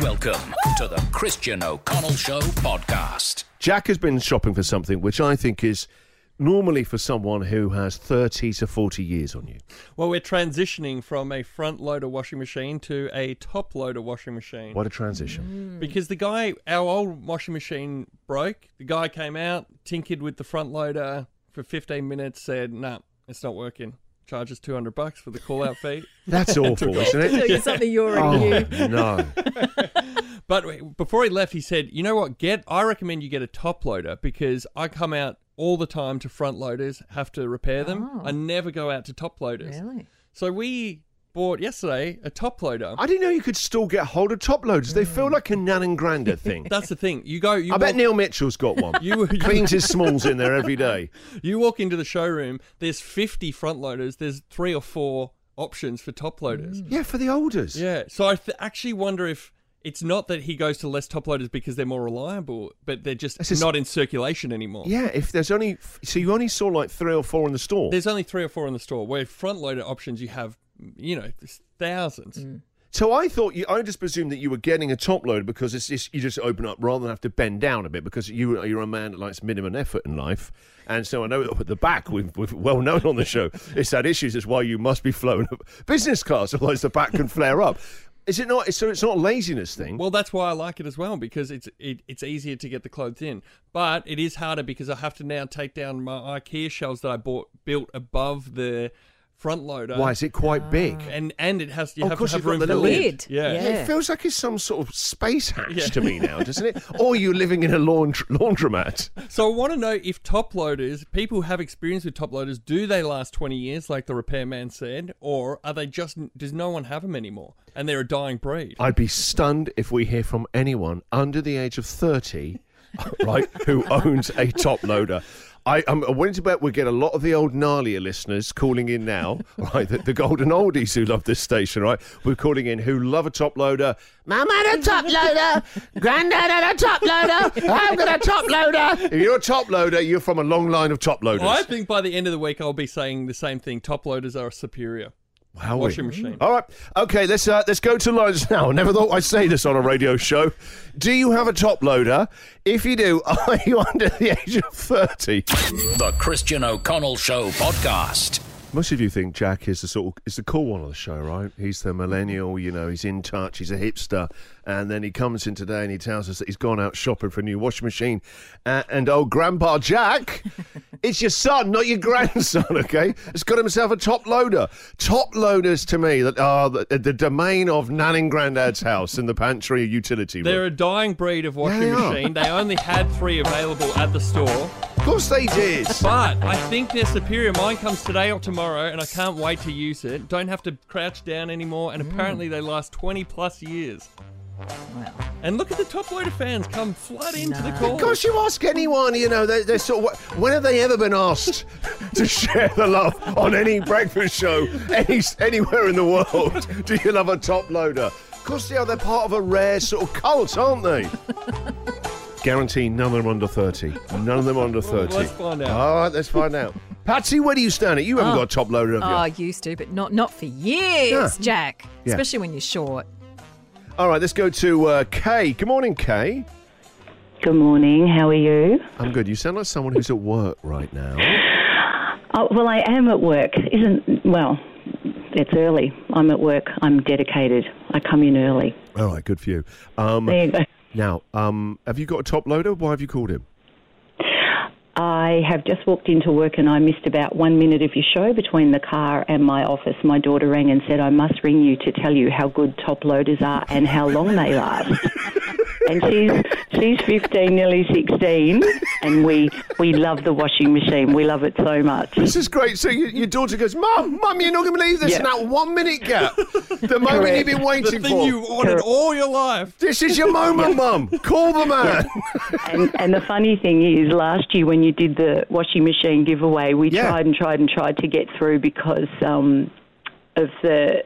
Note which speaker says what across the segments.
Speaker 1: Welcome to the Christian O'Connell Show podcast.
Speaker 2: Jack has been shopping for something which I think is normally for someone who has 30 to 40 years on you.
Speaker 3: Well, we're transitioning from a front loader washing machine to a top loader washing machine.
Speaker 2: What Hmm. a transition.
Speaker 3: Because the guy, our old washing machine broke. The guy came out, tinkered with the front loader for 15 minutes, said, nah, it's not working. Charges 200 bucks for the call out fee.
Speaker 2: That's awful, isn't
Speaker 4: So
Speaker 2: it?
Speaker 4: it's something you already
Speaker 2: Oh,
Speaker 4: knew.
Speaker 2: no.
Speaker 3: But w- before he left, he said, "You know what? Get I recommend you get a top loader because I come out all the time to front loaders, have to repair them.
Speaker 4: Oh.
Speaker 3: I never go out to top loaders.
Speaker 4: Really?
Speaker 3: So we bought yesterday a top loader.
Speaker 2: I didn't know you could still get hold of top loaders. They feel like a nan and granda thing.
Speaker 3: That's the thing. You go. You
Speaker 2: I bet
Speaker 3: walk-
Speaker 2: Neil Mitchell's got one.
Speaker 3: You- you-
Speaker 2: Cleans his smalls in there every day.
Speaker 3: You walk into the showroom. There's 50 front loaders. There's three or four options for top loaders.
Speaker 2: Yeah, for the olders.
Speaker 3: Yeah. So I th- actually wonder if. It's not that he goes to less top loaders because they're more reliable, but they're just
Speaker 2: This is-
Speaker 3: not in circulation anymore.
Speaker 2: Yeah, if there's only. So you only saw like three or four in the store.
Speaker 3: There's only three or four in the store. Where front loader options, you have, you know, there's thousands.
Speaker 2: Mm. So I thought you, I just presumed that you were getting a top loader because it's just, you just open up rather than have to bend down a bit because you you're a man that likes minimum effort in life, and so I know at the back we've, we've well known on the show it's that issues is why you must be flown business class otherwise the back can flare up. Is it not? So it's not a laziness thing.
Speaker 3: Well, that's why I like it as well because it's it, it's easier to get the clothes in, but it is harder because I have to now take down my IKEA shelves that I bought built above the front loader.
Speaker 2: why is it quite big?
Speaker 3: And and it has you
Speaker 2: Oh, of
Speaker 3: have to
Speaker 2: course
Speaker 3: have
Speaker 2: you've got
Speaker 3: room
Speaker 2: the
Speaker 3: for the
Speaker 2: little-
Speaker 3: lid.
Speaker 4: Lid.
Speaker 3: Yeah.
Speaker 4: Yeah.
Speaker 2: It feels like it's some sort of space hatch
Speaker 3: uh, Yeah.
Speaker 2: to me now, doesn't it? or you're living in a laundr- laundromat.
Speaker 3: So I want to know if top loaders, people who have experience with top loaders, do they last twenty years, like the repairman said, or are they just does no one have them anymore and they're a dying breed?
Speaker 2: I'd be stunned if we hear from anyone under the age of 30, right, who owns a top loader. I, I'm willing to bet we get a lot of the old gnarlier listeners calling in now, right? The, the golden oldies who love this station, right? We're calling in who love a top loader. Mum had a top loader. Granddad had a top loader. I've got a top loader. If you're a top loader, you're from a long line of top loaders.
Speaker 3: I think by the end of the week I'll be saying the same thing. Top loaders are superior.
Speaker 2: Wow.
Speaker 3: Washing machine.
Speaker 2: All right. Okay, let's uh, let's go to lines now. I never thought I'd say this on a radio show. Do you have a top loader? If you do, are you under the age of 30?
Speaker 1: The Christian O'Connell Show podcast.
Speaker 2: Most of you think Jack is the sort of, is the cool one on the show, right? He's the millennial, you know, he's in touch, he's a hipster, and then he comes in today and he tells us that he's gone out shopping for a new washing machine. Uh, and old Grandpa Jack, it's your son, not your grandson, okay? Has got himself a top loader. Top loaders to me that are the, the domain of Nan and Grandad's house in the pantry utility room.
Speaker 3: They're a dying breed of washing
Speaker 2: they are.
Speaker 3: machine. They only had three available at the store,
Speaker 2: Of course they did.
Speaker 3: but I think they're superior. Mine comes today or tomorrow, and I can't wait to use it. Don't have to crouch down anymore, and apparently they last 20 plus years.
Speaker 4: Wow.
Speaker 3: And look at the top loader fans come flood into the
Speaker 4: Nah.
Speaker 3: call.
Speaker 2: Of course, you ask anyone, you know, they're, they're sort of, when have they ever been asked to share the love on any breakfast show any, anywhere in the world? Do you love a top loader? Of course, they are. They're part of a rare sort of cult, aren't they? Guarantee none of them under 30. None of them under 30.
Speaker 3: let's find out.
Speaker 2: All right, let's find out. Patsy, where do you stand? At? You haven't got a top loader, have you?
Speaker 4: Oh, used to, but not not for years, Jack.
Speaker 2: Yeah.
Speaker 4: Especially when you're short.
Speaker 2: All right, let's go to uh, Kay. Good morning, Kay.
Speaker 5: Good morning. How are you?
Speaker 2: I'm good. You sound like someone who's at work right now.
Speaker 5: Oh, well, I am at work. Isn't well? It's early. I'm at work. I'm dedicated. I come in early.
Speaker 2: All right, good for you. Um,
Speaker 5: There you go.
Speaker 2: Now, um, have you got a top loader? Why have you called him?
Speaker 5: I have just walked into work and I missed about one minute of your show between the car and my office. My daughter rang and said I must ring you to tell you how good top loaders are and how long they last. and she's she's 15, nearly 16, and we we love the washing machine. We love it so much.
Speaker 2: This is great. So your, your daughter goes, Mum, Mum, you're not going to believe this.
Speaker 5: Yeah.
Speaker 2: And that one minute gap, the moment you've been
Speaker 3: the
Speaker 2: waiting
Speaker 3: thing
Speaker 2: for.
Speaker 3: you wanted all your life.
Speaker 2: This is your moment, Mum. Call the man.
Speaker 5: And, and the funny thing is, last year when you did the washing machine giveaway, we
Speaker 2: Yeah.
Speaker 5: tried and tried and tried to get through because um, of the,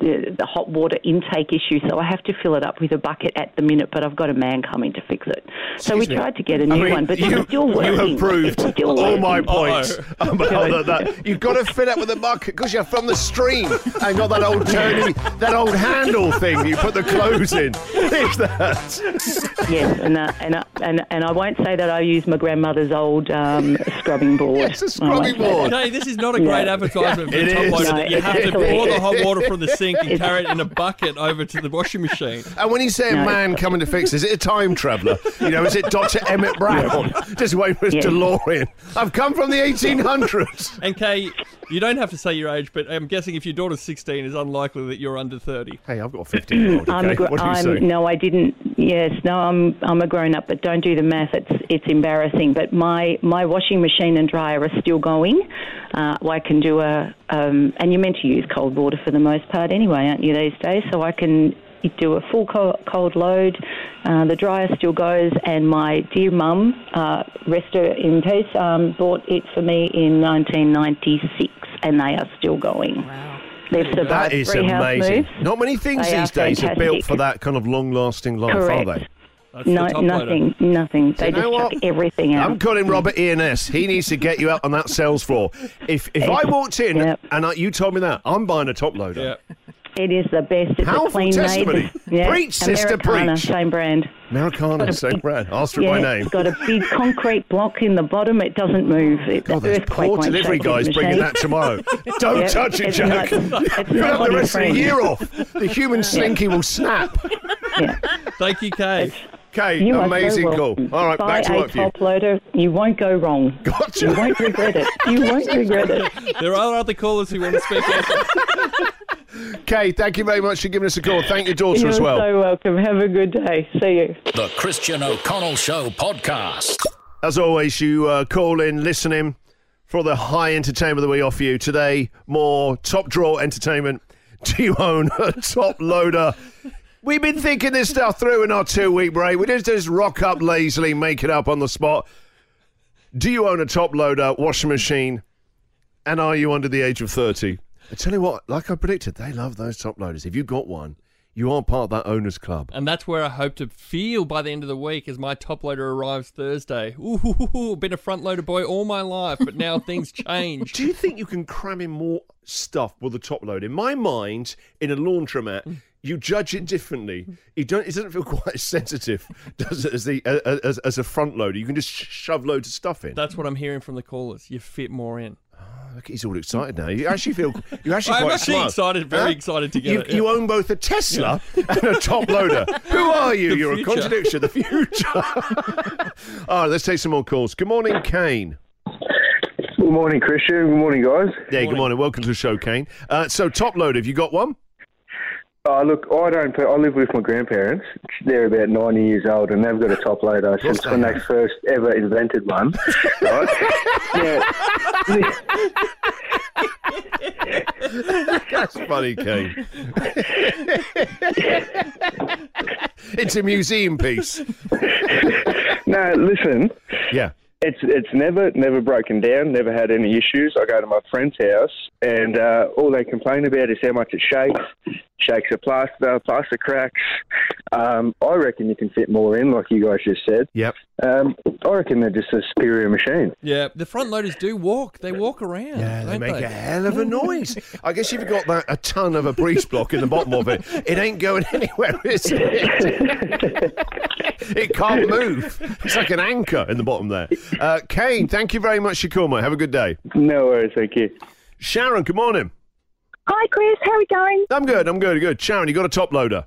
Speaker 5: the the hot water intake issue, so I have to fill it up with a bucket at the minute. But I've got a man coming to fix it. So we
Speaker 2: Excuse me.
Speaker 5: tried to get a new
Speaker 2: I mean,
Speaker 5: one, but
Speaker 2: you,
Speaker 5: it's still working.
Speaker 2: You have proved
Speaker 5: It's still
Speaker 2: all my
Speaker 5: working.
Speaker 2: points about that. You've got to fill it with a bucket because you're from the stream and got that old turny, that old handle thing you put the clothes in. What is that?
Speaker 5: Yes, and, uh, and, uh, and and I won't say that I use my grandmother's old um, scrubbing board.
Speaker 2: Yes, a
Speaker 5: I won't
Speaker 2: scrubbing
Speaker 5: say that.
Speaker 2: board.
Speaker 3: Okay, this is not a great advertisement for
Speaker 2: It
Speaker 3: the top
Speaker 2: is.
Speaker 3: loader.
Speaker 5: No,
Speaker 3: that you
Speaker 5: it
Speaker 3: have to
Speaker 5: actually
Speaker 3: pour the
Speaker 5: is.
Speaker 3: hot water from the sink and carry it in a bucket over to the washing machine.
Speaker 2: And Uh, when you say a
Speaker 5: No.
Speaker 2: man coming to fix, is it a time traveller? You know, is it Dr. Emmett Brown? Just waiting for his
Speaker 5: Yeah.
Speaker 2: DeLorean. I've come from the 1800s.
Speaker 3: And Kay, you don't have to say your age, but I'm guessing if your daughter's 16, it's unlikely that you're under 30.
Speaker 2: Hey, I've got a 15 year old.
Speaker 5: I'm
Speaker 2: Okay?
Speaker 5: a gr-
Speaker 2: what do you say?
Speaker 5: I'm, no, I didn't. Yes, no, I'm I'm a grown up, but don't do the math. It's it's embarrassing. But my my washing machine and dryer are still going. Uh, I can do a um, and you're meant to use cold water for the most part anyway, aren't you these days? So I can do a full co- cold load. Uh, the dryer still goes, and my dear mum, uh, rest her in peace, um, bought it for me in 1996, and they are still going.
Speaker 4: Wow.
Speaker 5: They've survived
Speaker 2: That is
Speaker 5: three house
Speaker 2: amazing.
Speaker 5: moves.
Speaker 2: Not many things
Speaker 5: They
Speaker 2: these
Speaker 5: are
Speaker 2: days are built
Speaker 5: fantastic.
Speaker 2: for that kind of long lasting life, are
Speaker 5: Correct.
Speaker 2: they?
Speaker 3: That's
Speaker 5: No,
Speaker 3: the top loader.
Speaker 5: nothing, nothing. They
Speaker 2: know
Speaker 5: just
Speaker 2: what?
Speaker 5: chuck everything out.
Speaker 2: I'm calling Robert ENS. He needs to get you out on that sales floor. If if I walked in
Speaker 5: Yep.
Speaker 2: and I, you told me that, I'm buying a top loader.
Speaker 3: Yeah.
Speaker 5: It is the best. It's
Speaker 2: Powerful
Speaker 5: a clean
Speaker 2: testimony.
Speaker 5: made. Yeah.
Speaker 2: Preach, sister,
Speaker 5: Americana,
Speaker 2: preach.
Speaker 5: Same brand.
Speaker 2: Americana, same brand. Asked her
Speaker 5: yeah,
Speaker 2: by name.
Speaker 5: It's got a big concrete block in the bottom. It doesn't move. It,
Speaker 2: God,
Speaker 5: the
Speaker 2: there's
Speaker 5: earthquake
Speaker 2: Oh, poor
Speaker 5: won't
Speaker 2: delivery
Speaker 5: shake the
Speaker 2: guys bringing
Speaker 5: machine.
Speaker 2: that tomorrow. Don't
Speaker 5: Yep,
Speaker 2: touch it,
Speaker 5: it's
Speaker 2: Jack.
Speaker 5: not- it's
Speaker 2: You'll
Speaker 5: not
Speaker 2: have
Speaker 5: on
Speaker 2: the
Speaker 5: your
Speaker 2: rest of
Speaker 5: friend.
Speaker 2: the year off. The human slinky will snap.
Speaker 5: Yeah.
Speaker 3: Thank you, Kay.
Speaker 2: Okay,
Speaker 5: You are
Speaker 2: amazing
Speaker 5: so
Speaker 2: call.
Speaker 5: welcome.
Speaker 2: All right,
Speaker 5: Buy
Speaker 2: back to
Speaker 5: a
Speaker 2: work for you.
Speaker 5: top loader. You won't go wrong. You
Speaker 2: Gotcha.
Speaker 5: won't regret it. You won't regret it.
Speaker 3: There are other callers who want to speak. also.
Speaker 2: Kay, thank you very much for giving us a call. Thank your daughter
Speaker 5: You're
Speaker 2: as well.
Speaker 5: so welcome. Have a good day. See you.
Speaker 1: The Christian O'Connell Show podcast.
Speaker 2: As always, you uh, call in, listen in for the high entertainment that we offer you today. More top draw entertainment. Do you own a top loader? We've been thinking this stuff through in our two week break. We didn't just rock up lazily, make it up on the spot. Do you own a top loader, washing machine, and are you under the age of 30? I tell you what, like I predicted, they love those top loaders. If you've got one, you are part of that owner's club.
Speaker 3: And that's where I hope to feel by the end of the week as my top loader arrives Thursday. Ooh, been a front loader boy all my life, but now things change.
Speaker 2: Do you think you can cram in more stuff with a top load? In my mind, in a laundromat, you judge it differently. You don't. It doesn't feel quite as sensitive does it, as the uh, as, as a front loader. You can just sh- shove loads of stuff in.
Speaker 3: That's what I'm hearing from the callers. You fit more in.
Speaker 2: Look, he's all excited now. You actually feel. You actually.
Speaker 3: I'm
Speaker 2: quite
Speaker 3: actually
Speaker 2: smart.
Speaker 3: excited, very excited to get
Speaker 2: you,
Speaker 3: it, yeah.
Speaker 2: You own both a Tesla and a top loader. Who are you?
Speaker 3: The
Speaker 2: You're
Speaker 3: future.
Speaker 2: a contradiction. The future. all right, let's take some more calls. Good morning, Kane.
Speaker 6: Good morning, Christian. Good morning, guys.
Speaker 2: Yeah, good morning. Welcome to the show, Kane. Uh, so, top loader, have you got one?
Speaker 6: Uh, look, I don't. I live with my grandparents. They're about ninety years old, and they've got a top loader since
Speaker 2: they
Speaker 6: when
Speaker 2: have.
Speaker 6: they first ever invented one. right? Now,
Speaker 2: That's funny, Kane. it's a museum piece.
Speaker 6: no, listen.
Speaker 2: Yeah.
Speaker 6: It's it's never never broken down. Never had any issues. I go to my friend's house, and uh, all they complain about is how much it shakes. Shakes a plaster, plaster cracks. Um, I reckon you can fit more in, like you guys just said.
Speaker 2: Yep.
Speaker 6: Um, I reckon they're just a superior machine.
Speaker 3: Yeah, the front loaders do walk. They walk around.
Speaker 2: Yeah, they
Speaker 3: don't
Speaker 2: make
Speaker 3: Uh, they?
Speaker 2: a hell of a noise. I guess if you've got that a ton of a breeze block in the bottom of it, it ain't going anywhere, is it? it can't move. It's like an anchor in the bottom there. Uh, Kane, thank you very much for your call, mate. Have a good day.
Speaker 6: No worries, thank you.
Speaker 2: Sharon, good morning.
Speaker 7: Hi, Chris. How are we going?
Speaker 2: I'm good. I'm good. Good. Sharon, you got a top loader.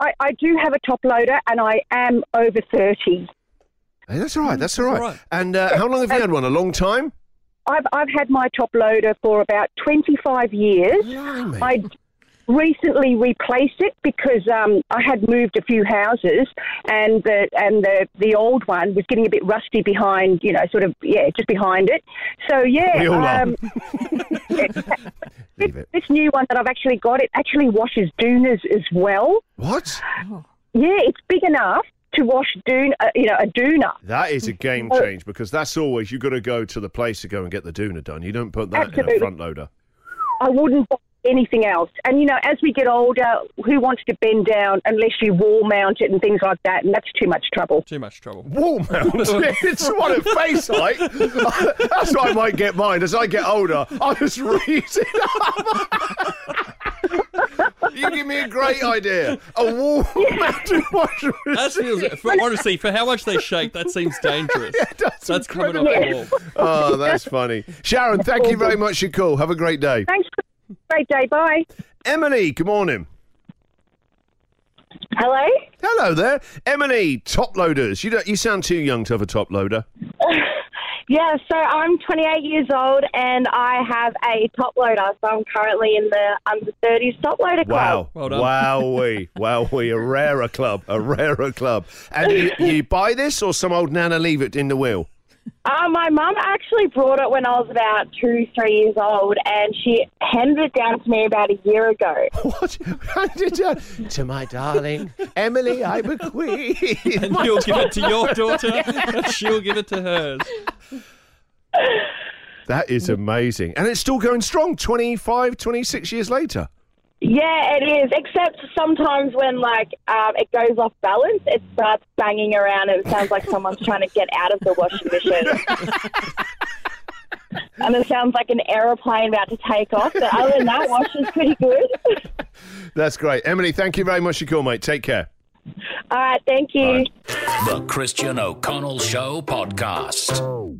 Speaker 7: I, I do have a top loader, and I am over thirty.
Speaker 2: Hey, that's all right. That's all right.
Speaker 3: all right.
Speaker 2: And uh, how long have you had one? A long time.
Speaker 7: I've I've had my top loader for about twenty five years.
Speaker 2: Blimey.
Speaker 7: I recently replaced it because um, I had moved a few houses, and the and the the old one was getting a bit rusty behind, you know, sort of yeah, just behind it. So yeah,
Speaker 2: We all are.
Speaker 7: um,
Speaker 2: Leave it.
Speaker 7: this new one that I've actually got, it actually washes doonas as well.
Speaker 2: What?
Speaker 7: Yeah, it's big enough to wash dune, uh, you know, a doona.
Speaker 2: That is a game
Speaker 7: Oh.
Speaker 2: change because that's always you've got to go to the place to go and get the doona done. You don't put that in a
Speaker 7: Absolutely.
Speaker 2: front loader.
Speaker 7: I wouldn't buy
Speaker 8: anything else. And you know, as we get older, who wants to bend down unless you wall mount it and things like that? And that's too much trouble.
Speaker 3: Too much trouble.
Speaker 2: Wall mount. it's what it face like. That's what I might get mine. As I get older, I'll just read it up. you give me a great idea. A wall mounted washing
Speaker 3: That
Speaker 2: machine.
Speaker 3: feels, for, honestly, for how much they shake, that seems dangerous.
Speaker 2: that's
Speaker 3: That's coming off the wall.
Speaker 2: Oh, that's funny. Sharon, thank you very much for your call. Have a great day.
Speaker 8: Thanks. Great day. Bye.
Speaker 2: Emily, good morning.
Speaker 7: Hello?
Speaker 2: Hello there. Emily, top loaders. You, don't, you sound too young to have a top loader.
Speaker 7: Yeah, so I'm 28 years old and I have a top loader. So I'm currently in the under 30s top loader club.
Speaker 2: Wow.
Speaker 3: Well done.
Speaker 2: Wowee. Wowee. A rarer club. A rarer club. And you, you buy this or some old nana leave it in the wheel?
Speaker 7: Uh, my mum actually brought it when I was about two, three years old and she handed it down to me about a year ago.
Speaker 2: What? to my darling, Emily, I bequeath.
Speaker 3: You'll give it to your daughter, and she'll give it to hers.
Speaker 2: That is amazing. And it's still going strong 25, 26 years later.
Speaker 7: Yeah, it is, except sometimes when like um, it goes off balance, it starts banging around and it sounds like someone's trying to get out of the washing machine. And it sounds like an aeroplane about to take off, but other than that, wash is pretty good.
Speaker 2: That's great. Emily, thank you very much for your call, mate. Take care.
Speaker 7: All right, thank you.
Speaker 1: The Christian O'Connell Show Podcast.